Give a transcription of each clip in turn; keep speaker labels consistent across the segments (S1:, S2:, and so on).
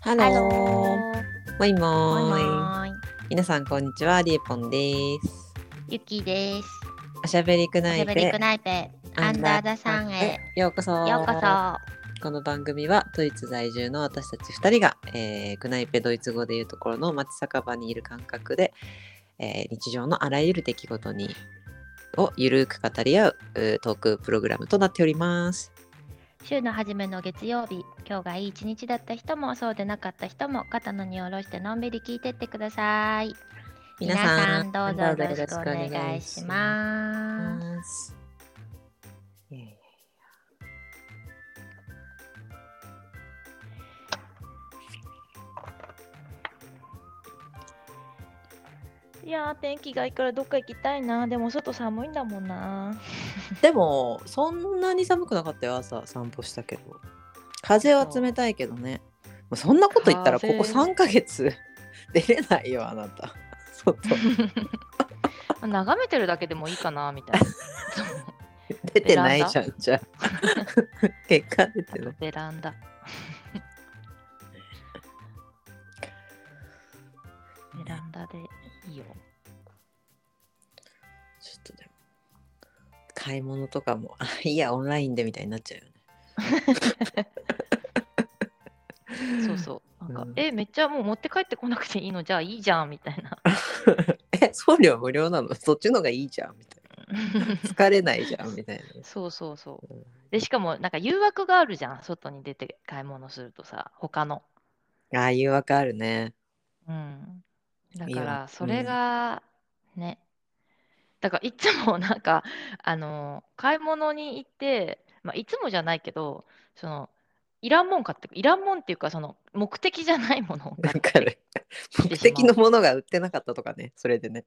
S1: ハ
S2: ハ
S1: ロ
S2: ロー。
S1: ー。もいも
S2: もい
S1: ーい。
S2: もーい。
S1: 皆さん、こんにちは。リエポンです。
S2: ゆきです。
S1: おしゃべりく
S2: お
S1: な
S2: しゃ
S1: い
S2: べり
S1: で
S2: く。ないで。アンダーダさんへ。
S1: ようこそ。
S2: ようこそ。
S1: この番組はドイツ在住の私たち2人が、えー、グナイペドイツ語でいうところの町酒場にいる感覚で、えー日常のあらゆる出来事にをゆるく語り合ううートークプログラムとなっております。
S2: 週の初めの月曜日、今日がいい一日だった人もそうでなかった人も肩の荷を下ろしてのんびり聞いてってください。
S1: 皆
S2: 皆
S1: さ
S2: さ
S1: ん
S2: んどうぞよろしくお願いします。
S1: ます。いやいやいや
S3: いやー天気がいいからどっか行きたいなでも外寒いんだも んな
S1: でもそんなに寒くなかったよ朝散歩したけど風は冷たいけどねもうそんなこと言ったらこ
S3: 風
S1: こ3ヶ月 出れないよあなた外
S3: 眺めてるだけでもいいかなみた いな
S1: 出てないじゃんじゃあ 結果出てない
S3: ベ ランダベランダでいいよ
S1: ちょっとでも買い物とかもあいやオンラインでみたいになっちゃうよね
S3: そうそうなんか、
S1: うん
S3: えめっちゃもう持って帰ってこなくていいのじゃあいいじゃんみたい な
S1: え送料無料なのそっちのがいいじゃんみたい な疲れないじゃんみたいな
S3: そうそうそう
S1: うん
S3: でしかもなんか誘惑があるじゃん外に出て買い物するとさ他の
S1: ああ誘惑あるね
S3: うん。だ
S1: いいよ
S3: から、そ
S1: うん
S3: れが、ね。だから、いつもなんか、あの、買い物に行って、まあ、いつもじゃないけど、その、いらんもん買って、いらんもんっていうか、その、目的じゃないも のを
S1: な
S3: 買
S1: ん
S3: っ
S1: か
S3: て、
S1: ね目的のものが売ってなかったとかねそれでね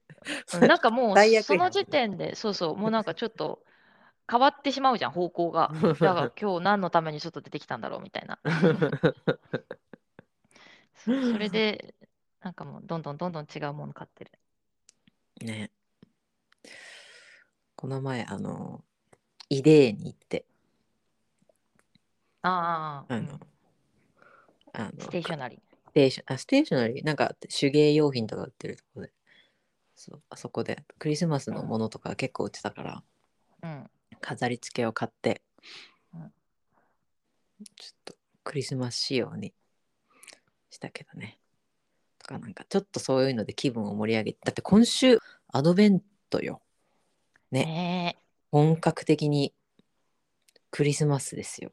S3: うんなんかもう、
S1: 最悪
S3: そ
S1: や
S3: の
S1: ん
S3: 時点で、そうそう、もうなんかちょっと、変わってしまうじゃん、方向 が。だから、今日何のために外出てきたんだろう、みたいな。そそれで、なんかもう、どんどんどんどん違うもの買ってる。
S1: ねこの前あのイデーに行って
S3: ああ、
S1: あ
S3: う
S1: の
S3: ん、
S1: あの
S3: ステーショ
S1: ナ
S3: ナリー。
S1: ステーションあステーショナリーなんか手芸用品とか売ってるとこでそうあそこでクリスマスのものとか結構売ってたから
S3: うん。
S1: 飾り付けを買ってち
S3: う
S1: ょ
S3: ん
S1: っとクリスマス仕様にしたけどねとかなんかちょっとそういうので気分を盛り上げてだって今週アドベントよ
S3: ねえ、
S1: 本格的にクリスマスですよ。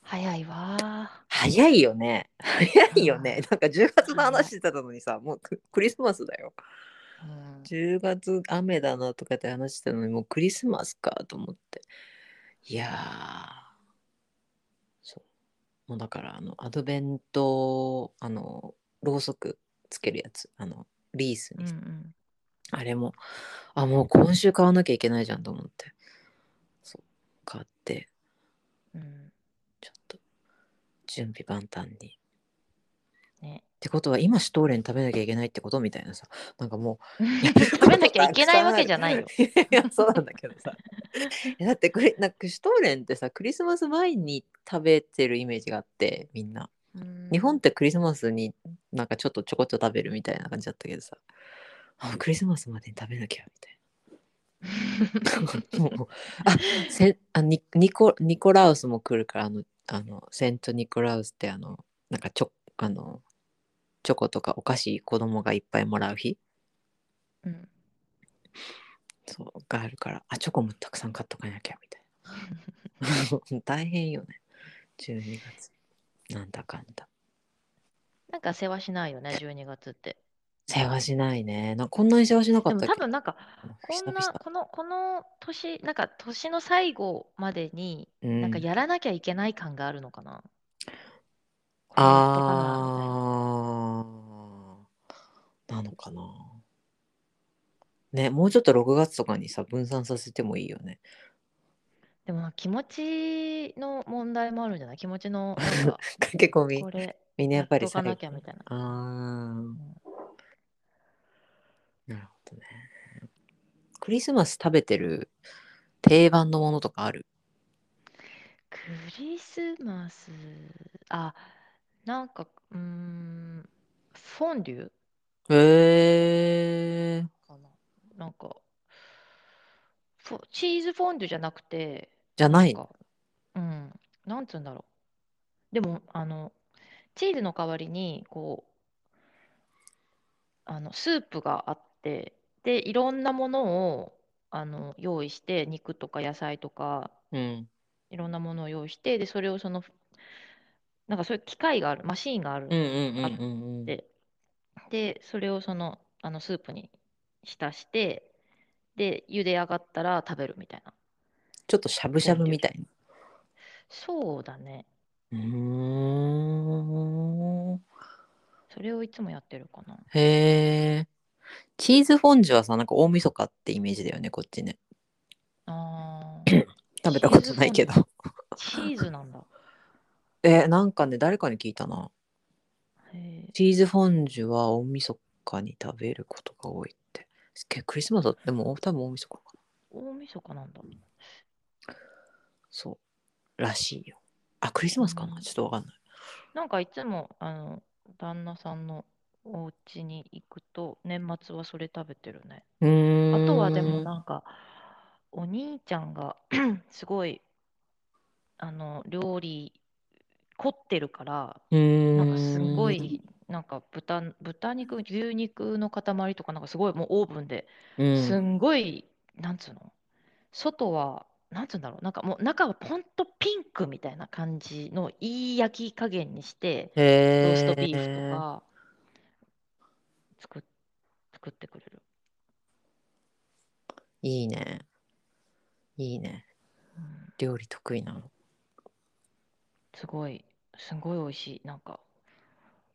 S3: 早いわ
S1: 早いよね。早いよね。なんか10月の話してたのにさ、もうククリスマスだよ。
S3: ー。うん
S1: 10月雨だなとかって話してたのに、もうクリスマスかと思って。いやー、そう。もうだから、あの、アドベント、あの、ろうそくつけるやつ、あの、リース
S3: う
S1: に
S3: ん
S1: さ、
S3: うん
S1: あれも、あ、もう今週買わなきゃいけないじゃんと思って。そう、買って。
S3: うん
S1: ちょっと準備万端に。
S3: ね
S1: ってことは今シュトーレン食べなきゃいけないってことみたいなさなんかもう
S3: 食べなきゃいけないわけじゃないよ。
S1: いやいやそうなんだけどさ。だってクリなんかシュトーレンってさクリスマス前に食べてるイメージがあってみんな。
S3: うん
S1: 日本ってクリスマスになんかちょっとちょこっと食べるみたいな感じだったけどさあクリスマスまでに食べなきゃみたいな。もうあせんあニニコニコラウスも来るからあのあのセントニコラウスってあのなんかちょあのチョコとかお菓子子供がいっぱいもらう日
S3: うん
S1: そうがあるからあチョコもたくさん買っとかなきゃみた いな大変よね12月なんだかんだ
S3: なんか世話しないよね、12月って。
S1: 世話しないねなんかこんなに世話しなかっ
S3: でも
S1: た
S3: 多分なんか、
S1: 久
S3: こん
S1: 々
S3: な、この、この年、なんか年の最後までに、
S1: うん
S3: なんかやらなきゃいけない感があるのかな。これやっとかなみたいな
S1: あーなのかなねもうちょっと6月とかにさ分散させてもいいよね
S3: でもなんか気持ちの問題もあるんじゃない気持ちの、なん か
S1: 駆け込み
S3: これ、
S1: みんなやっぱり
S3: やっとかなき
S1: 最
S3: ゃ
S1: 後
S3: みたいな
S1: あーなるほどねクリスマス食べてる定番のものとかある
S3: クリスマス、あ、なんか、うーん、フォンデュ
S1: へえー、
S3: かな。なんか、フォチーズフォンデュじゃなくて、
S1: じゃない
S3: なんか、うん、なんつうんだろう。でも、あの、チーズの代わりに、こう、あの、スープがあって、で、いろんなものを、あの、用意して、肉とか野菜とか、
S1: うん
S3: いろんなものを用意して、で、それをその、なんかそういう機械がある、マシーンがある
S1: うんうんうんうんうん
S3: で、で、それをその、あのスープに浸して、で、茹で上がったら食べるみたいな。
S1: ちょっとしゃぶしゃぶみたいな
S3: そうだね。
S1: うーん
S3: それをいつもやってるかな。
S1: へえチーズフォンジュはさなんか大晦日ってイメージだよねこっちね
S3: あー
S1: 食べたことないけど
S3: チーズフォンチーズなんだ。
S1: えーなんかね誰かに聞いたな
S3: へ
S1: チーズフォンジュは大晦日に食べることが多いってけクリスマスだでも多分大晦日かな
S3: ー大晦日なんだ。
S1: そうらしいよあクリスマスか
S3: う
S1: なんちょっとわかんない
S3: なんかいつも、あの、旦那さんのお家に行くと、年末はそれ食べてるね。
S1: うーん
S3: あとはでもなんか、お兄ちゃんが すごい、あの、料理凝ってるから、
S1: うーん
S3: なんかすごい、なんか豚、豚肉、牛肉の塊とか、なんかすごいもうオーブンで、
S1: うん
S3: すんごい、なんつうの、外は、なんつうんだろう、なんかもう中はほんとピンクみたいな感じのいい焼き加減にして、ローストビーフとか作っ、作ってくれる。
S1: いいねいいね
S3: うん
S1: 料理得意なの
S3: すごい、すごい美味しい。なんか、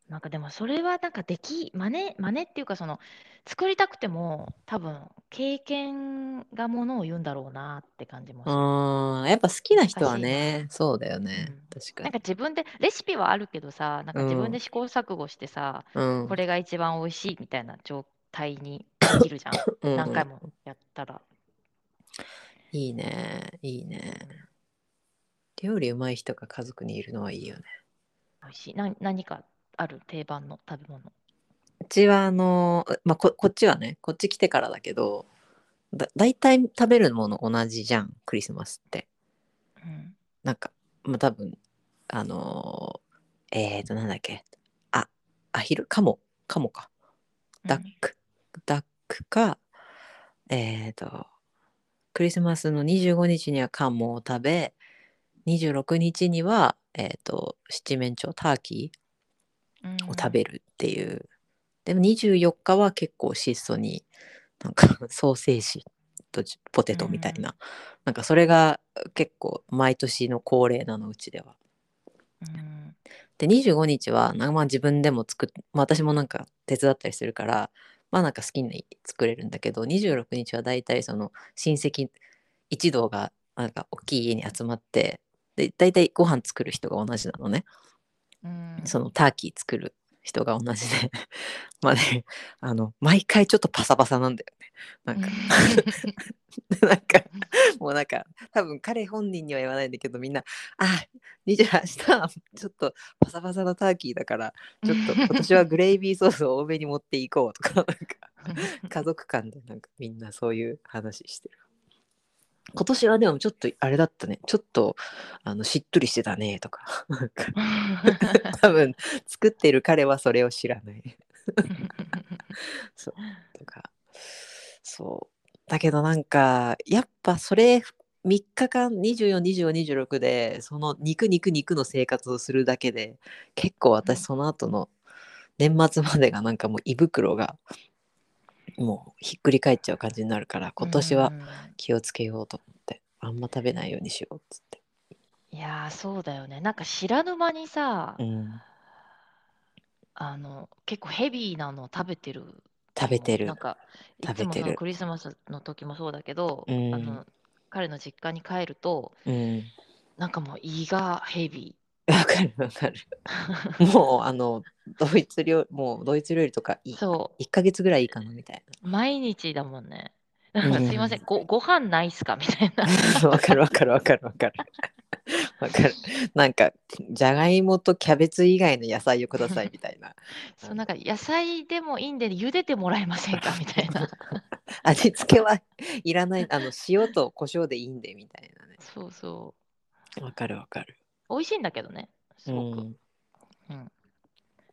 S3: なんかでもそれはなんかでき、真似、真似っていうかその、作りたくても多分経験がものを言うんだろうなって感じもする。
S1: あーやっぱ好きな人はねそうだよね、確か
S3: なん
S1: に
S3: か自分で、レシピはあるけどさ、なんか自
S1: うん
S3: 分で試行錯誤してさ、
S1: うん
S3: これが一番美味しいみたいな状 態にできるじゃん。
S1: うん
S3: 何回もやったら。
S1: いいねいいね料理うまい人が家族にいるのはいいよね
S3: 美味しい。な、何かある定番の食べ物。
S1: うちはあのーまあここっちはねこっち来てからだけどだ大体食べるもの同じじゃんクリスマスって
S3: うん。
S1: なんか、まあ、多分あのーえーとなんだっけあアヒルカモカモかダック、ダックかえーとクリスマスの25日にはカモを食べ26日にはえーと七面鳥ターキ
S3: うん
S1: ーを食べるっていう、でも24日は結構質素になんか ソーセージとじポテトみたいな、なんかそれが結構毎年の恒例なのうちでは。
S3: うん
S1: で25日はなまあ、自分でも作っ、まあ、私もなんか手伝ったりするからまあなんか好きに作れるんだけど26日は大体その親戚一同がなんか大きい家に集まってで大体ご飯作る人が同じなのね
S3: うん
S1: そのターキー作る人が同じで まあねあの毎回ちょっとパサパサなんだよね なんかでなんかもうなんか多分彼本人には言わないんだけどみんな「あ28日ちょっとパサパサのターキーだから ちょっと今年はグレイビーソースを多めに持っていこう」とか なんか家族間でなんかみんなそういう話してる。今年はでもちょっとあれだったねちょっとあのしっとりしてたねとか なんか多分作ってる彼はそれを知らないとかそうだけどなんかやっぱそれ3日間242526でその肉肉肉の生活をするだけで結構私
S3: うん
S1: その後の年末までがなんかもう胃袋がもうひっくり返っちゃう感じになるから 今年は
S3: うん
S1: 気をつけようと思ってあんま食べないようにしようっつって。
S3: いやーそうだよねなんか知らぬ間にさ、
S1: うん
S3: あの結構ヘビーなの食べてる
S1: 食べてる
S3: なんかい
S1: 食
S3: つ
S1: べ
S3: も
S1: て
S3: その
S1: る
S3: クリスマスの時もそうだけど、
S1: うん
S3: あの彼の実家に帰ると
S1: うん
S3: なんかもう胃がヘビ
S1: わかるわかるもうあのドイツ料もうドイツ料理とかい
S3: ーそ
S1: 1ヶ月ぐらいいいかなみたいう
S3: 毎日だもんねなんか
S1: うん
S3: すいませんごご飯ないっすかみたいな
S1: なわかるわかるわかるわかるわかる。なんか、じゃがいもとキャベツ以外の野菜をくださいみたい な。
S3: そうなんか野菜でもいいんで茹でてもらえませんかみたい な
S1: 味付けはいらない。あの、塩と胡椒でいいんでみたいなね。
S3: そうそ
S1: わかるわかる。
S3: う美味しいんだけどねす
S1: う
S3: ごく、
S1: ん。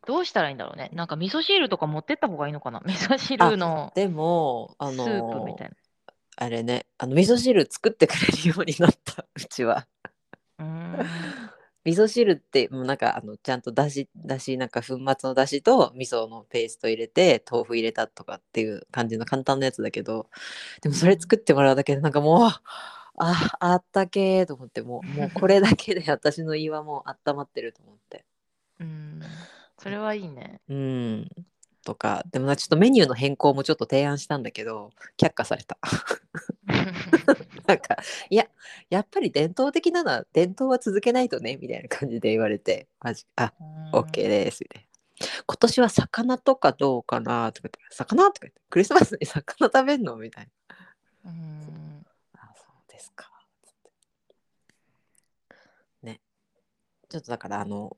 S3: どうしたらいいんだろうねなんか味噌汁とか持ってった方がいいのかな味 噌汁の
S1: でも、
S3: ス
S1: あの
S3: ープみたい
S1: あれね、あの味噌汁作ってくれるようになった、うちは。
S3: なうーん
S1: 味噌汁ってもうなんかあのちゃんとだしだしなんか粉末のだしと味噌のペースト入れて豆腐入れたとかっていう感じの簡単なやつだけどでもそれ作ってもらうだけでなんかもうああったけーと思ってもうもうこれだけで私の胃はもう温まってると思って
S3: うんそれはいいね
S1: うんとかでもなちょっとメニューの変更もちょっと提案したんだけど却下されたなんかいややっぱり伝統的なのは伝統は続けないとねみたいな感じで言われてマジあ オッケーですみたいな。今年は魚とかどうかなとか言って、魚とか言って、クリスマスに魚食べんのみたいな。
S3: うんうん
S1: あ、そうですか。つってね。ちょっとだから、あの、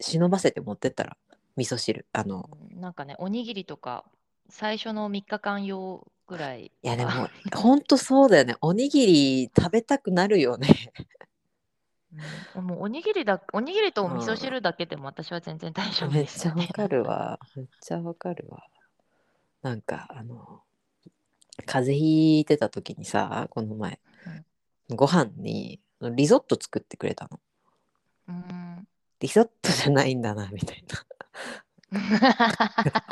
S1: 忍ばせて持ってったら、味噌汁。あの、
S3: なんかねおにぎりとか最初の3日間用ぐらい
S1: いやで
S3: は
S1: も、ほんとそうだよね。おにぎり食べたくなるよね。
S3: うんもうおにぎりだおにぎりとお味
S1: う
S3: 噌
S1: ん
S3: 汁だけでも私は全然大丈夫
S1: めっ
S3: です
S1: ちゃ
S3: よ
S1: わ
S3: ね。
S1: かるわ。めっちゃわかるわ。なんかあの風邪ひいてた時にさこの前、ご飯にリゾット作ってくれたの。
S3: うん。
S1: リゾットじゃないんだなみたいな。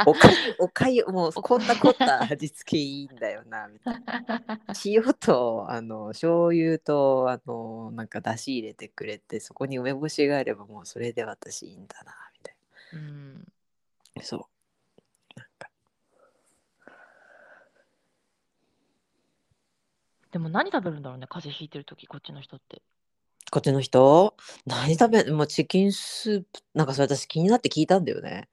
S1: おかゆおかゆもうこんなこった味付けいいんだよなみたいな。塩とあの醤油とあのなんか出汁入れてくれてそこに梅干しがあればもうそれで私いいんだなみたいな。
S3: うん
S1: そう。なんか
S3: でも何食べるんだろうね、風邪ひいてるとき、こっちの人って。
S1: こっちの人何食べもうチキンスープなんかそれ私気になって聞いたんだよね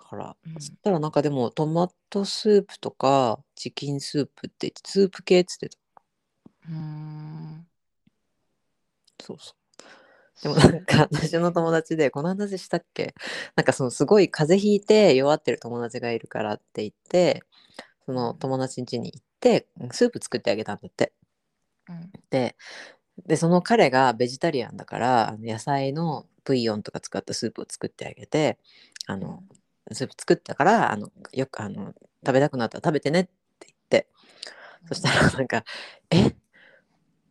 S1: だから、
S3: うん
S1: そしたらなんかでもトマトスープとかチキンスープって言ってスープ系っつってた
S3: うん。
S1: そうそうでもなんか私の友達でこの話したっけなんかそのすごい風邪ひいて弱ってる友達がいるからって言ってその友達ん家に行ってスープ作ってあげたんだって
S3: うん
S1: ででその彼がベジタリアンだからあの野菜のブイヨンとか使ったスープを作ってあげてあのスープ作ったからあのよくあの食べたくなったら食べてねって言ってそしたらなんか「え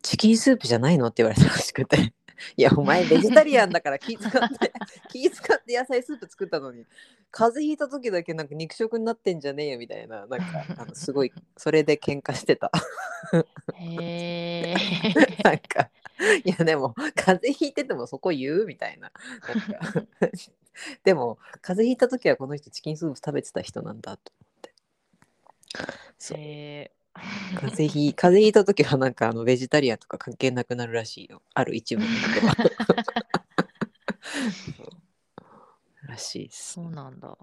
S1: チキンスープじゃないの?」って言われたらしくて「いやお前ベジタリアンだから気使って気使って野菜スープ作ったのに風邪ひいた時だけなんか肉食になってんじゃねえよ」みたいななんかあのすごいそれで喧嘩してた。
S3: へえ。
S1: なんか、いやでも、風邪ひいててもそこ言うみたいな。なんか でも、風邪ひいた時はこの人チキンスープ食べてた人なんだと思って。そう
S3: へ
S1: 風邪ひ、風邪ひいた時はなんかあのベジタリアンとか関係なくなるらしいよ。ある一部の人は。 そうらしいで
S3: そ
S1: す。
S3: うなんだ。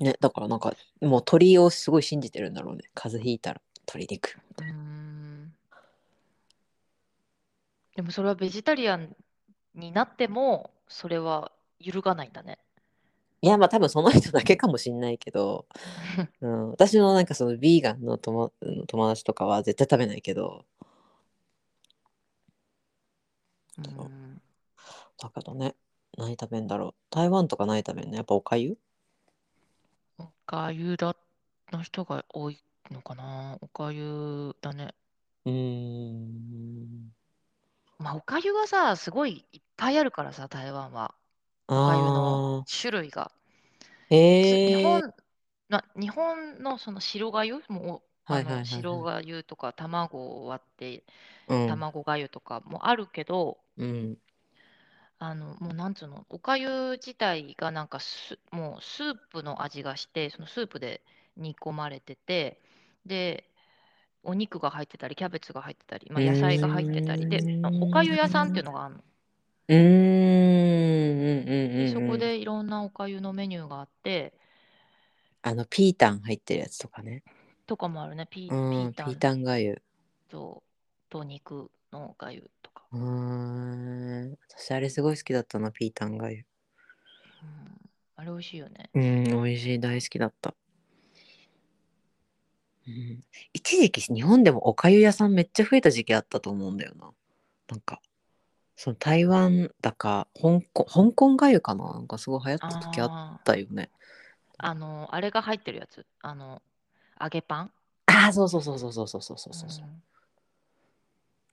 S1: ね、だからなんか、もう鳥をすごい信じてるんだろうね。風邪ひいたら鳥肉。
S3: うん。でもそれはベジタリアンになっても、それは揺るがないん だね。
S1: いや、まあ多分その人だけかもしんないけど、うん、私のなんかそのビーガンの友の友達とかは絶対食べないけど
S3: うん。
S1: だけどね何食べんだろう台湾とか何食べんのやっぱおかゆ
S3: おかゆだの人が多いのかな。おかゆだね。
S1: うーん
S3: まあ、おかゆがさ、すごいいっぱいあるからさ、台湾は。おかゆ
S1: あ
S3: の種類が。
S1: ーへえ
S3: 日本な日本のその白がゆもう
S1: は
S3: あ
S1: いはいはいは
S3: の
S1: い
S3: 白がゆとか卵を割って
S1: うん
S3: 卵がゆとかもあるけど、
S1: うん
S3: あのもうなんつうのおかゆ自体がなんかすもうスープの味がしてそのスープで煮込まれててでお肉が入ってたりキャベツが入ってたり、まあ、野菜が入ってたりでおかゆ屋さんっていうのがあるの。
S1: うーんうんうん
S3: で
S1: うん
S3: そ
S1: うん
S3: こでいろんなおかゆのメニューがあって
S1: あのピータン入ってるやつとかね
S3: とかもあるねピー
S1: うん
S3: ピータ
S1: ピー
S3: ン
S1: タンがゆ
S3: とと肉のがゆとか。
S1: うーん。私、あれすごい好きだったな、ピータンがゆ。
S3: うん、あれ美味しいよね。
S1: うん、美味しい、大好きだった。うん、一時期日本でもおかゆ屋さんめっちゃ増えた時期あったと思うんだよな。なんか、その台湾だか、香港、香港がゆかななんかすごい流行った時あっ
S3: あ
S1: たよね。
S3: あ、あの、あれが入ってるやつ。あの、揚げパン。
S1: ああ、そうそうそうそうそうそうそうそうそう、
S3: ん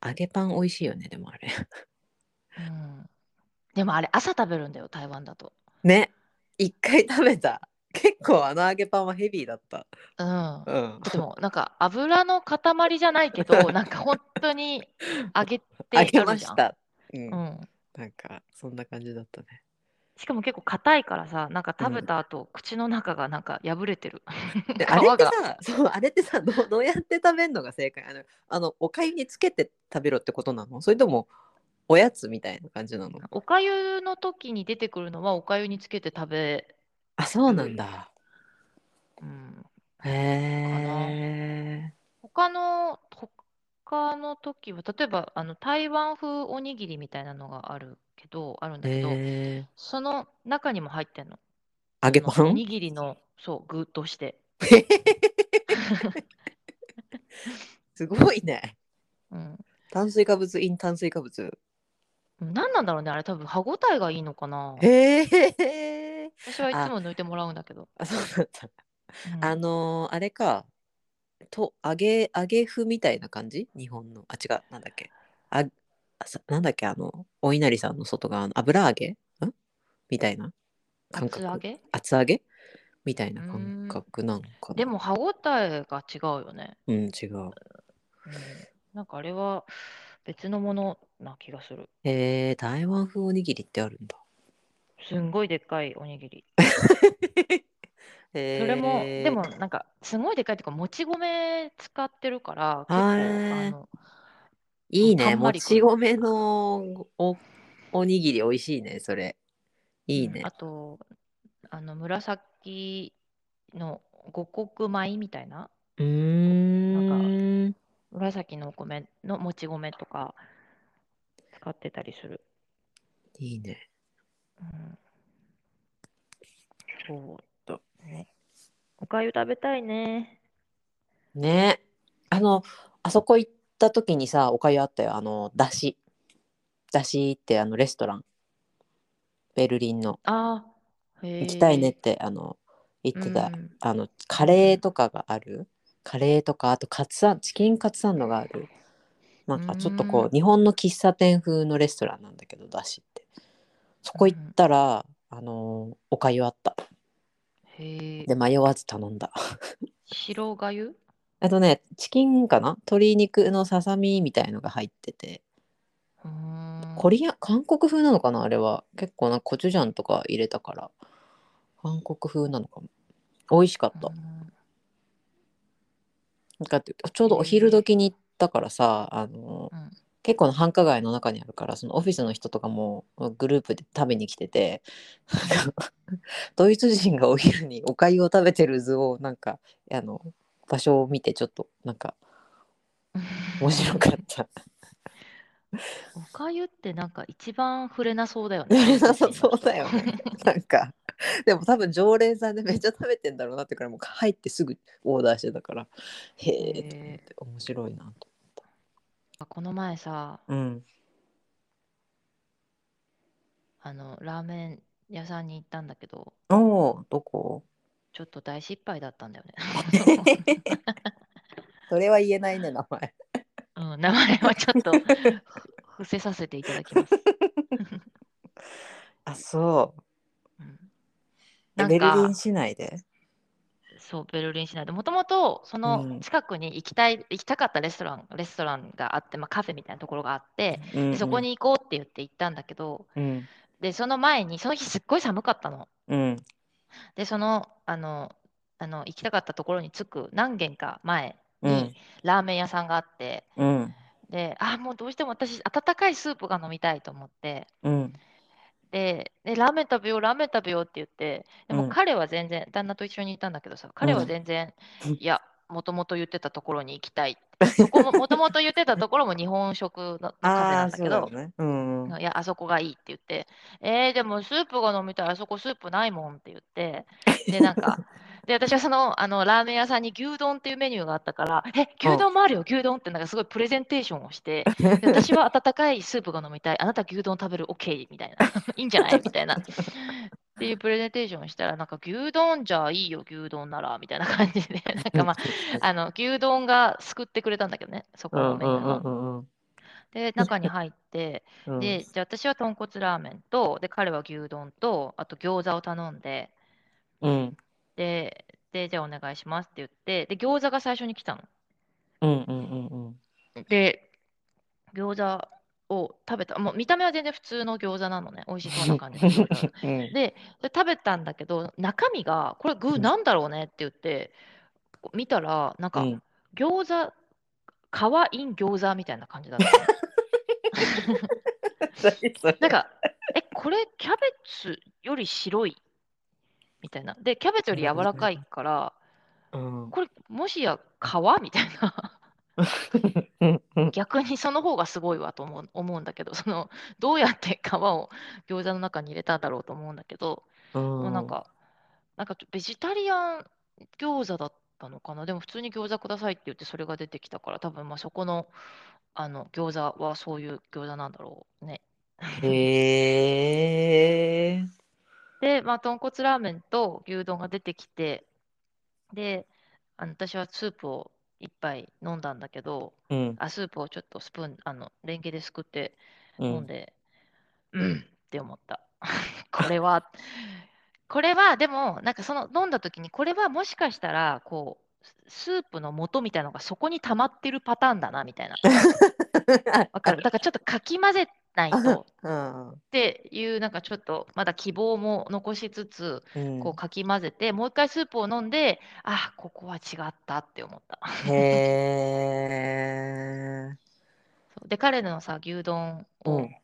S1: 揚げパン美味しいよね、でもあれ。
S3: うんでもあれ、朝食べるんだよ、台湾だと。
S1: ね。一回食べた。結構あの揚げパンはヘビーだった。
S3: うん。
S1: うん。
S3: でもなんか油の塊じゃない けど、なんか本当に揚げて
S1: 揚
S3: あるじ
S1: げ
S3: ゃん。
S1: ました。うん。
S3: うん。
S1: なんか、そんな感じだったね。
S3: しかも結構硬いからさ、なんか食べ
S1: うん
S3: た後、口の中がなんか破れてる。
S1: で
S3: 皮
S1: あれって
S3: が。
S1: さそうあれってさどうどうやって食べるのが正解あのあのおかゆにつけて食べろってことなのそれともおやつみたいな感じなの
S3: おかゆの時に出てくるのはおかゆにつけて食べ、
S1: あそうなんだ、
S3: うん、
S1: へえ
S3: 他の他の時は例えばあの台湾風おにぎりみたいなのがあるけどあるんだけど、
S1: へえ
S3: その中にも入ってんの。
S1: 揚げパ
S3: そのお
S1: ン
S3: にぎりのそう具として。
S1: すごいね
S3: うん
S1: 炭水化物イン炭水化物
S3: 何なんだろうねあれ多分歯ごたえがいいのかな
S1: へえ
S3: 私はいつも抜いてもらうんだけど、
S1: あそうなんだ
S3: うん
S1: あのーあれかと揚げ揚げ麩みたいな感じ日本のあ違うなんだっけああさなんだっけあのお稲荷さんの外側の油揚げんみたいな感
S3: 厚
S1: 覚
S3: 揚げ
S1: 厚揚げみたいな感覚なのかな
S3: でも歯ごたえが違うよね、
S1: うん違う
S3: うんなんかあれは別のものな気がする
S1: へえ台湾風おにぎりってあるんだ
S3: すんごいでっかいおにぎり
S1: へー
S3: それも、でもなんかすごいでかいっていうかもち米使ってるから結構
S1: あー
S3: あの
S1: いい
S3: た
S1: ね
S3: んま
S1: も
S3: りく
S1: ち
S3: る
S1: 米のおおにぎり美味しいねそれいい
S3: うん
S1: ね
S3: あとあの紫の五穀米みたいな
S1: うーん
S3: 紫のお米のもち米とか使ってたりする、
S1: いいね
S3: うん、そうだねおかゆ食べたいね
S1: ねあのあそこ行った時にさおかゆあったよあのだしだしってあのレストランベルリンの
S3: あーへー
S1: 行きたいねってあの言ってた、
S3: うん
S1: あのカレーとかがあるカレーとかあとカツサンチキンカツサンドがあるなんかちょっとこう、
S3: うん
S1: 日本の喫茶店風のレストランなんだけどだしってそこ行ったら、あのおかゆあった
S3: へえ
S1: で迷わず頼んだ
S3: 白がゆ
S1: あとねチキンかな鶏肉のささみみたいのが入ってて
S3: うーん
S1: コリア韓国風なのかなあれは結構なコチュジャンとか入れたから韓国風なのかも美味しかった
S3: うん
S1: なんかってちょうどお昼時に行ったからさあの、
S3: うん
S1: 結構な繁華街の中にあるからそのオフィスの人とかもグループで食べに来ててなんかドイツ人がお昼にお粥を食べてる図をなんかあの場所を見てちょっとなんか面白かった。
S3: おかゆってなんか一番触れなそうだよね。
S1: なさそうだよ ね。 なんかでも多分常連さんでめっちゃ食べてんだろうなってからもう入ってすぐオーダーしてたからへえと思って面白いなと。
S3: この前さ、
S1: うん
S3: あのラーメン屋さんに行ったんだけど、
S1: おおどこ
S3: ちょっと大失敗だったんだよね。
S1: それは言えないね名前。
S3: うん、名前はちょっとふ伏せさせていただきます。
S1: あそう。
S3: うん
S1: え
S3: なん
S1: ベルリン
S3: か、
S1: 市内で
S3: そう、ベルリン市内で、もともとそうの
S1: ん
S3: 近くに行きたい、行きたかったレストラン、レストランがあって、まあ、カフェみたいなところがあって、
S1: うんうん
S3: そこに行こうって言って行ったんだけど、
S1: うん
S3: で、その前に、その日すっごい寒かったの。
S1: うん
S3: で、その、あの、あの行きたかったところに着く何軒か前
S1: う
S3: に
S1: ん
S3: ラーメン屋さんがあって、
S1: うん
S3: で、あー、もうどうしても私、温かいスープが飲みたいと思って、
S1: うん
S3: で、でラーメン食べよう、ラーメン食べようって言って、
S1: う
S3: でも
S1: ん
S3: 彼は全然、旦那と一緒にいたんだけどさ、彼は全然、いや、もともと言ってたところに行きたいって。そこももともと言ってたところも日本食ののカフェなんだけど、
S1: ね。うんうん。
S3: いや、あそこがいいって言って、えー、でもスープが飲みたい、あそこスープないもんって言って、で、なんか、で、私はその、あの、ラーメン屋さんに牛丼っていうメニューがあったから、え、牛丼もあるよ、牛丼ってなんかすごいプレゼンテーションをして、で私は温かいスープが飲みたい、あなた牛丼食べる、OK みたいな、 いいんじゃないみたいな。っていうプレゼンテーションをしたら、なんか牛丼じゃいいよ、牛丼なら、みたいな感じで、 なんかまあ、あの牛丼が救ってくれたんだけどね、そこ
S1: うんうん
S3: のメニュー
S1: うん
S3: の。
S1: うんうん
S3: で、中に入って、
S1: うん。
S3: で、じゃあ私は豚骨ラーメンと、で、彼は牛丼と、あと餃子を頼んで、
S1: うん
S3: で、で、じゃあお願いしますって言って、で、餃子が最初に来たの。
S1: うんうんうんうん。
S3: で、餃子を食べた。もう見た目は全然普通の餃子なのね。美味しそうな感じの餃 子
S1: うん
S3: で、で食べたんだけど、中身が、これ具なんだろうねって言って、こう見たら、なん
S1: う
S3: か、
S1: ん
S3: 餃子、皮イン餃子みたいな感じだったのね。 なんか、え、これキャベツより白いみたいな。で、キャベツより柔らかいから、
S1: うん
S3: これもしや皮みたいな。
S1: うんうん
S3: 逆にその方がすごいわと思う思うんだけど、 そのどうやって皮を餃子の中に入れたんだろうと思うんだけど、もうなんか、なんかベジタリアン餃子だったのかな。でも普通に餃子くださいって言ってそれが出てきたから、多分まあそこの、あの餃子はそういう餃子なんだろうね。
S1: へえ。
S3: で、まあ、豚骨ラーメンと牛丼が出てきて、で、あの私はスープを一杯飲んだんだけど、
S1: うん
S3: あ、スープをちょっとスプーン、あの、レンゲですくって
S1: う
S3: 飲ん
S1: ん
S3: で、うんって思った。 これは、これは、でも、なんかその飲んだ時に、これはもしかしたら、こう、スープの素みたいなのがそこに溜まってるパターンだな、みたいな。わかる。だからちょっとかき混ぜないと
S1: うん
S3: っていう、なんかちょっとまだ希望も残しつつ、
S1: うん
S3: こうかき混ぜて、もう一回スープを飲んで、あ、ここは違ったって思った。
S1: へえ。
S3: そうで、彼のさ、牛丼
S1: う
S3: を
S1: ん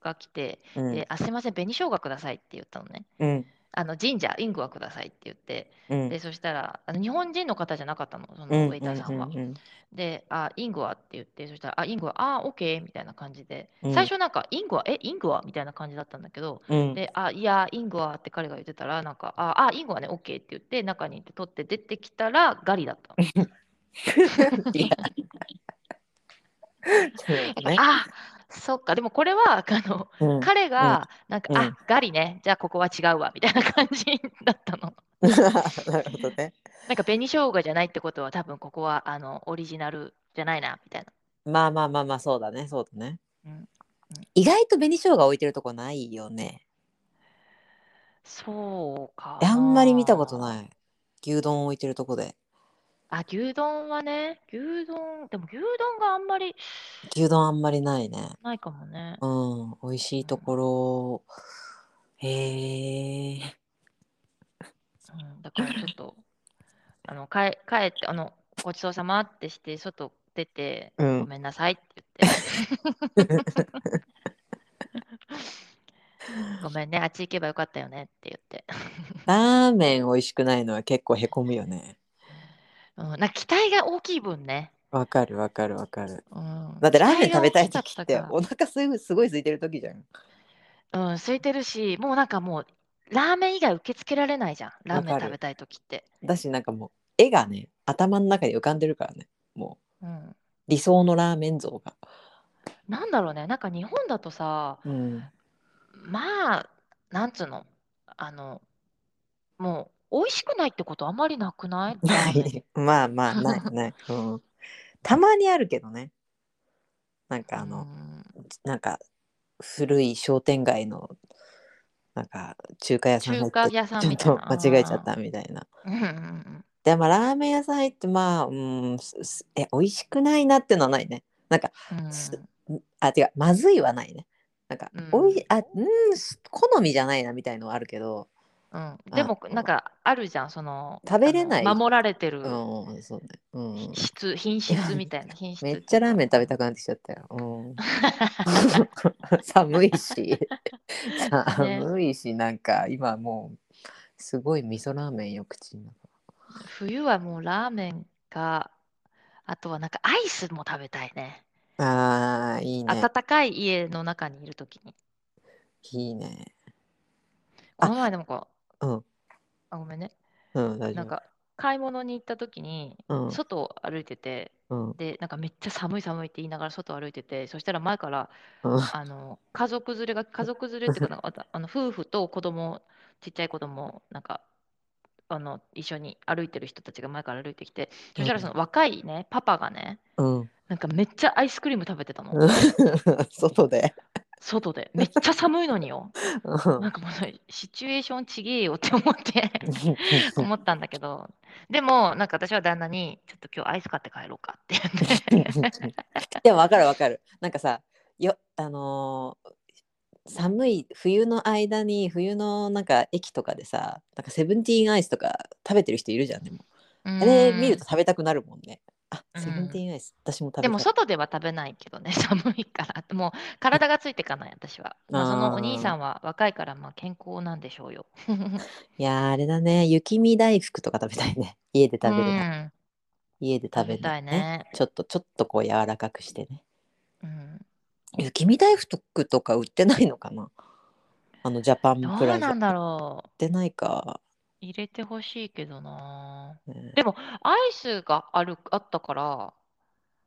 S3: が来て、
S1: うん
S3: で、あ、すいません、紅生姜くださいって言ったのね。
S1: うん
S3: あの、ジンジャー、イングはくださいって言って、
S1: うん
S3: で、そしたら、あの日本人の方じゃなかったの、そ
S1: うん
S3: のウェイターさんは
S1: う。ん
S3: で、あ、イングはって言って、そしたら、あ、イングは、あ、オッケーみたいな感じで、
S1: うん
S3: 最初なんか、イングは、え、イングはみたいな感じだったんだけど、
S1: うん
S3: で、あ、いや、イングはって彼が言ってたら、なんか、あ、あイングはね、オッケーって言って、中に行って取って出てきたら、ガリだったの。
S1: いやそう ね
S3: あ、そっか、でもこれは、あの、
S1: うん
S3: 彼が、なんか、
S1: うん
S3: あ、ガリね、じゃあここは違うわ、みたいな感じだったの。
S1: なるほどね。
S3: なんか、紅生姜じゃないってことは、多分ここは、あの、オリジナルじゃないな、みたいな。
S1: まあまあまあまあそうだねそうだね。
S3: うん
S1: 意外と紅生姜置いてるとこないよね。
S3: そうか。
S1: あんまり見たことない。牛丼置いてるとこで。
S3: あ、牛丼はね、牛丼、でも牛丼があんまり
S1: 牛丼あんまりないね。
S3: ないかもね。
S1: うん、美味しいところ。へえ。
S3: うん、だからちょ っと、あの、かえ、帰って、あの、ごちそうさまってして、外出て、
S1: う
S3: ご
S1: ん。
S3: めんなさいって言 って、ごめんね、あっち行けばよかったよねって言って。
S1: ラーメン美味しくないのは結構へこむよね。
S3: うん、なんか期待が大きい分ね。
S1: わかるわかるわかる。
S3: うん、
S1: だってラーメン
S3: 期待が
S1: 食べたい
S3: 大きか
S1: 時
S3: た
S1: って
S3: か
S1: お腹すぐすごい空いてる時じゃん。
S3: らうん、空いてるし、もうなんかもう、ラーメン以外受け付けられないじゃん。ラーメン
S1: わかる
S3: 食べたい時って。
S1: だしなんかもう絵がね頭の中に浮かんでるからね。も
S3: うん。
S1: う理想のラーメン像が。
S3: なんだろうね、なんか日本だとさ、
S1: うん。
S3: まあ、なんつうの、あの、もう、美味しくないってことあんまりなくないラ
S1: な
S3: ーメン
S1: い。まあまあないない。うん。たまにあるけどね。なん かあの。
S3: うん
S1: なんか古い商店街のなんか中華屋さん入
S3: 中
S1: っ
S3: 華
S1: て
S3: 屋さ
S1: ちょっ
S3: んみたい
S1: と
S3: な。
S1: 間違えちゃったみたいな。
S3: うんうんうん。
S1: でまあラーメン屋さん入ってまあうんすすえ美味しくないなってのはないね。なんか
S3: うん
S1: すあてかまずいはないね。なんか、
S3: うん
S1: おいあうんす好みじゃないなみたいのはあるけど、
S3: うんでも、なんか、あるじゃん、その、
S1: 食べれない
S3: あの守られてる
S1: うん、うん、そうね。 うん。
S3: 質、品質みたいな、品質
S1: めっちゃラー メン食べた
S3: く
S1: くなってきちゃったよ。うん、 寒い し寒いし、なんか今もうすごい味噌ラーメンよ口の中
S3: 冬はもうラーメンか、あとはなんかアイスも食べたいね。
S1: ああ、いいね。
S3: 暖かい家の中にいるときに。
S1: いいね。あ
S3: この前でもこう、
S1: うん。
S3: あ、ごめんね。
S1: うん、大丈夫。
S3: なんか買い物に行ったときに、
S1: うん、
S3: 外を歩いてて、
S1: うん、
S3: で、なんかめっちゃ寒い寒いって言いながら外を歩いてて、そしたら前から、
S1: うん。
S3: あの家族連れが家族連れっていうかなんかあたあの夫婦と子供ちっちゃい子供なんかあの一緒に歩いてる人たちが前から歩いてきてそしたらその若いねパパがね
S1: うん。
S3: なんかめっちゃアイスクリーム食べてたの
S1: うん 外で。
S3: 外でめっちゃ寒いの によ
S1: うん
S3: なんかもうそれシチュエーションちげえよって思って思ったんだけどでもなんか私は旦那にちょっと今日アイス買って帰ろうかって言って
S1: でも分かる分かるなんかさよあのー寒い冬の間に冬のなんか駅とかでさなんかセブンティーンアイスとか食べてる人いるじゃんでもあれ見ると食べたくなるもんねあ
S3: うん
S1: セブンティーンアイス私も食べたい
S3: でも外では食べないけどね、 寒いから。もう体がついていかない、私は。まあ、そのお兄さんは若いからまあ健康なんでしょうよ。
S1: いやーあれだね雪見大福とか食べたいね家で食べるの、
S3: うん
S1: 家で食べる
S3: 食べたいね。
S1: ちょっとちょっとこう柔らかくしてね
S3: うん
S1: 雪見大福とか売ってないのかなあのジャパン
S3: ど
S1: プラ
S3: う
S1: ザ売
S3: なん
S1: っ
S3: だろう。
S1: てないか、
S3: 入れてほしいけどな。
S1: うん
S3: でも、アイスがあるあったから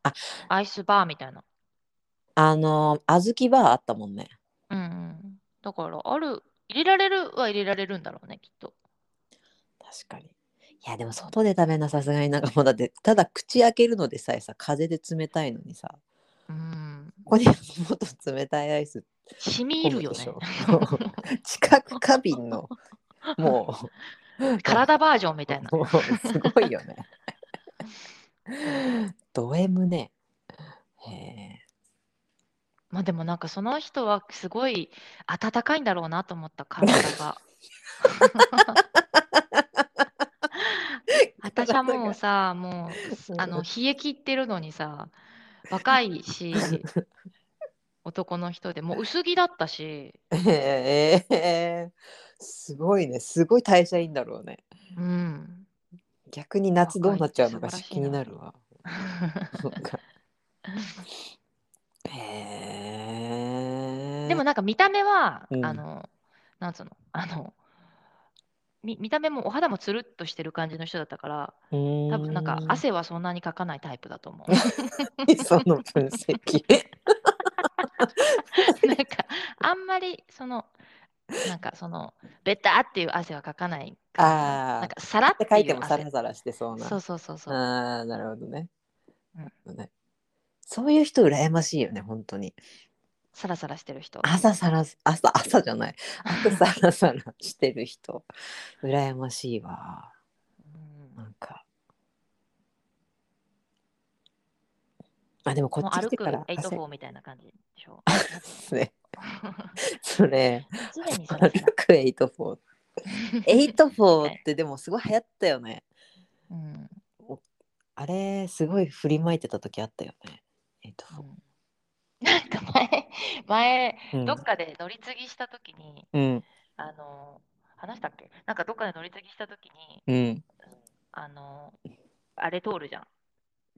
S1: あ、
S3: アイスバーみたいな。
S1: あのー小豆バーあったもんね
S3: うんうん。だから、ある、入れられるは入れられるんだろうね、きっと。
S1: 確かに。いやでも外で食べんなさすがになんかもうだってただ口開けるのでさえさ風で冷たいのにさ
S3: うん。
S1: ここにもっと冷たいアイス
S3: 染み入るよ
S1: 混
S3: ね。
S1: むでしょ近く過敏 のも う
S3: 体バージョンみた いな。
S1: もうすごいよね。 ド M ね。へえ
S3: まあでもなんかその人はすごい温かいんだろうなと思 った体が。私はもうさ、もうあの冷え切ってるのにさ、若い し、男の人でもう薄着だったし、
S1: へえすごいねすごい代謝いいんだろうね。
S3: うん。
S1: 逆に夏どうなっちゃうのか
S3: 若い
S1: 気になるわ。そ
S3: 素
S1: うかへえ。
S3: でもなんか見た目は、
S1: うん
S3: あの、なんつうの、あの、み見た目もお肌もつるっとしてる感じの人だったから、
S1: うーん、
S3: 多分なんか汗はそんなにかかないタイプだ と思う。
S1: その分析。
S3: なんかあんまりそのなんかそのベターっていう汗はかかないから
S1: あー
S3: なんかさらっ
S1: って
S3: て
S1: 書い
S3: い
S1: て
S3: う
S1: もサ
S3: 汗
S1: ラサラしてそうな。
S3: そうそうそうそう、
S1: ああなるほどね
S3: うん。
S1: ねそういう人羨ましいよね本当に。
S3: サラサラしてる人
S1: 朝さら朝朝じゃない。朝さらさらしてる人羨ましいわ。
S3: うん
S1: なんか。あでもこ
S3: も
S1: っ
S3: う
S1: ち来
S3: 歩
S1: て
S3: く
S1: から
S3: 8
S1: 汗
S3: 4みたいな感じでしょ
S1: ですね。 それ。
S3: 常にサラ
S1: 歩
S3: サ ラ、
S1: くエイト フォー。エイトフォーってでもすごい流行ったよね。
S3: うんうん
S1: あれすごい振りまいてた時あったよね。エイトフォ
S3: なんか前前
S1: ー。
S3: どっかで乗り継ぎした時に
S1: うん
S3: あの話したっけなんかどっかで乗り継ぎした時に
S1: うん
S3: あの、あれ通るじゃん、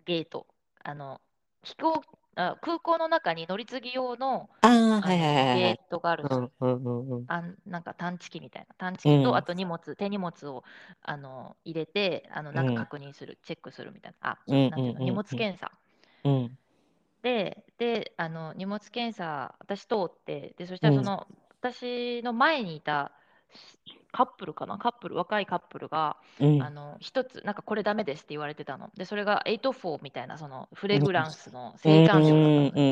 S3: ゲート。あの、飛行、あ、空港の中に乗り継ぎ用の、
S1: ああ
S3: あ
S1: はいは
S3: の
S1: いはいは
S3: ゲ
S1: い。
S3: ートがあるんで
S1: う
S3: す
S1: ん
S3: よ。
S1: うんうんうん
S3: あん、なんか探知機みたいな。探知
S1: う
S3: 機
S1: ん
S3: と、あと荷物、手荷物を、あの、入れて、あの、な
S1: うんん
S3: か確認する、チェックするみたいな。あ、
S1: うん
S3: なんてい
S1: う
S3: う
S1: ん
S3: の、
S1: うん
S3: 荷物検査。
S1: うん
S3: で、で、あの、荷物検査、私通って、で、そした
S1: う
S3: ら
S1: ん
S3: その、私の前にいたカップルかな、カップル、若いカップルが、
S1: うん
S3: あの一つ、なんかこれダメですって言われてたの。で、それが8-4みたいな、そのフレグランスの
S1: うん
S3: 性感
S1: う
S3: 色だ
S1: ん
S3: った
S1: う
S3: の。
S1: んう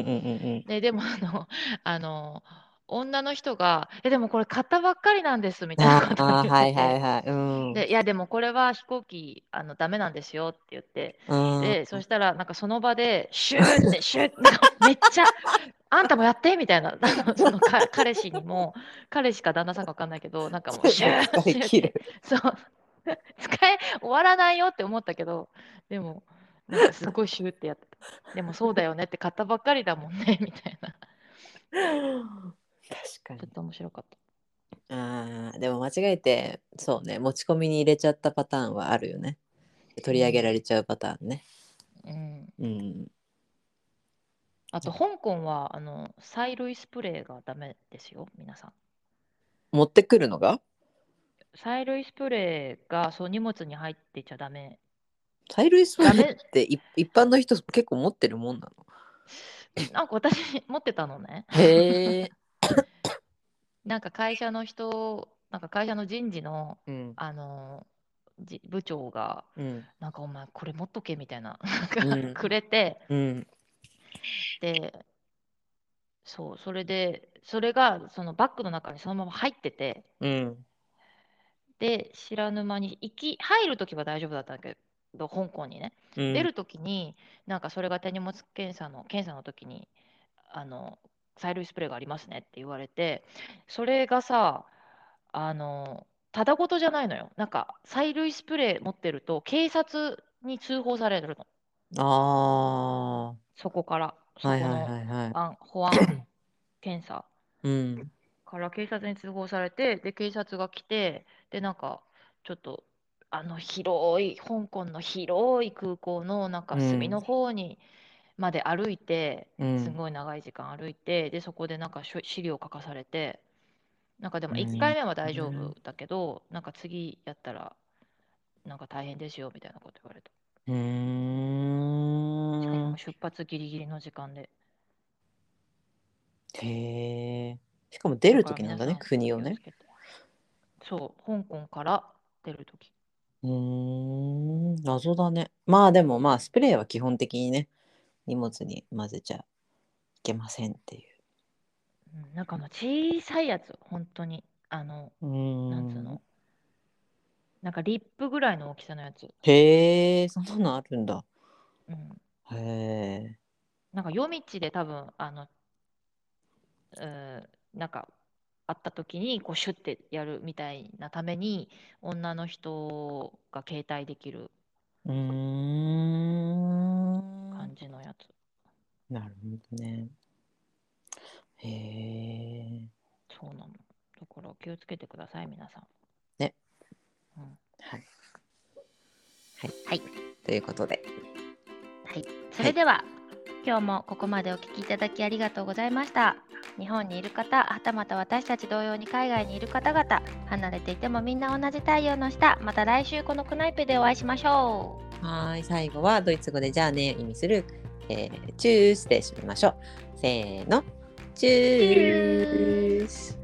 S1: ん
S3: で、でもあの、あの、女の人が、え、でもこれ買ったばっかりなんですみ
S1: うん。
S3: たいな
S1: あ
S3: ことを
S1: あ
S3: 言
S1: は
S3: っ
S1: いはい
S3: て
S1: はい。うん
S3: て、で、いや、でもこれは飛行機、あの、ダメなんですよって言って、
S1: うん。
S3: で、そしたら、なんかその場で、シュー って、シューって、めっちゃ、あんたもやってみたいな、 あのそのか彼氏にも、彼氏か旦那さんか分かんないけど、なんかもう、シューって
S1: 使い切る。
S3: そう 使え終わらないよって思ったけどでもなんかすごいシューってやってたでもそうだよねって買ったばっかりだもんね みたいな
S1: 確
S3: ち
S1: か
S3: ょっと面白かっ
S1: に。ああでも間違えてそうね持ち込みに入れちゃったパターンはあるよね。取り上げられちゃうパターンね。
S3: うん、
S1: うん。
S3: あと香港はあの催涙スプレーがダメですよ皆さん
S1: 持ってくるのが
S3: 催涙スプレーがそう荷物に入ってちゃダメ
S1: 催涙スプレ
S3: ダ
S1: ー
S3: メ
S1: ってい一般の人結構持ってるもんなの。
S3: なんか私持ってたのね
S1: へえ。
S3: なんか会社の人なんか会社の人事の
S1: うん。
S3: あのじ部長が
S1: うん。
S3: なんかお前これ持っとけみたいな
S1: う
S3: なんんかくれて、
S1: うん。
S3: でそうそれでそれがそのバッグの中にそのまま入ってて
S1: うん。
S3: で知らぬ間に行き入る時は大丈夫だったんだけど香港にね
S1: うん
S3: 出る時になんかそれが手荷物検査の検査の時にあの催涙スプレーがありますねって言われてそれがさあのただごとじゃないのよなんか催涙スプレー持ってると警察に通報されるの
S1: あ
S3: そこからそ
S1: あ。は
S3: こ
S1: いはい
S3: の
S1: はいはい。
S3: あん保安検査
S1: うん。
S3: から警察に通報されてで警察が来てでなんかちょっとあの広い香港の広い空港のなんか
S1: うん
S3: 隅の方にまで歩いて、
S1: うん
S3: すごい長い時間歩いてでそこでなんかしょ資料書かされてなんかでも
S1: うん
S3: 1回目は大丈夫だけど、なんか次やったらなんか大変ですよみたいなこと言われた、
S1: うー
S3: しか
S1: ん
S3: も。出発ギリギリの時間で
S1: へえ。しかも出る時なんだね、
S3: から皆
S1: 国を
S3: さん
S1: ね
S3: 気。をつけてそう香港から出る時
S1: うーん。謎だね。まあでもまあ、スプレーは基本的にね、荷物に混ぜちゃいけませんっていう。
S3: うんなんかあの小さいやつ、本当に。あの、
S1: うーん。
S3: なんつうの、なんかリップぐらいの大きさのやつ。
S1: へえ、そんなのあるんだ。
S3: うん、
S1: へえ。
S3: なんか夜道で多分、あの、うーなんか、あった時に、こう、シュッてやるみたいなために、女の人が携帯できる
S1: うーん。
S3: 感じのやつ。
S1: なるほどね。へえ。
S3: そうなの。だから気をつけてください、皆さん。
S1: ね。
S3: うん、
S1: はい。はい。
S2: はい。
S1: ということで。
S2: はい、それでは、今日もここまでお聞きいただきありがとうございました。日本にいる方、はたまた私たち同様に海外にいる方々、離れていてもみんな同じ太陽の下、また来週このクナイペでお会いしましょう。
S1: はーい。最後はドイツ語でじゃあねを意味する、えー、チュースで締めましょう。せーの。チュース。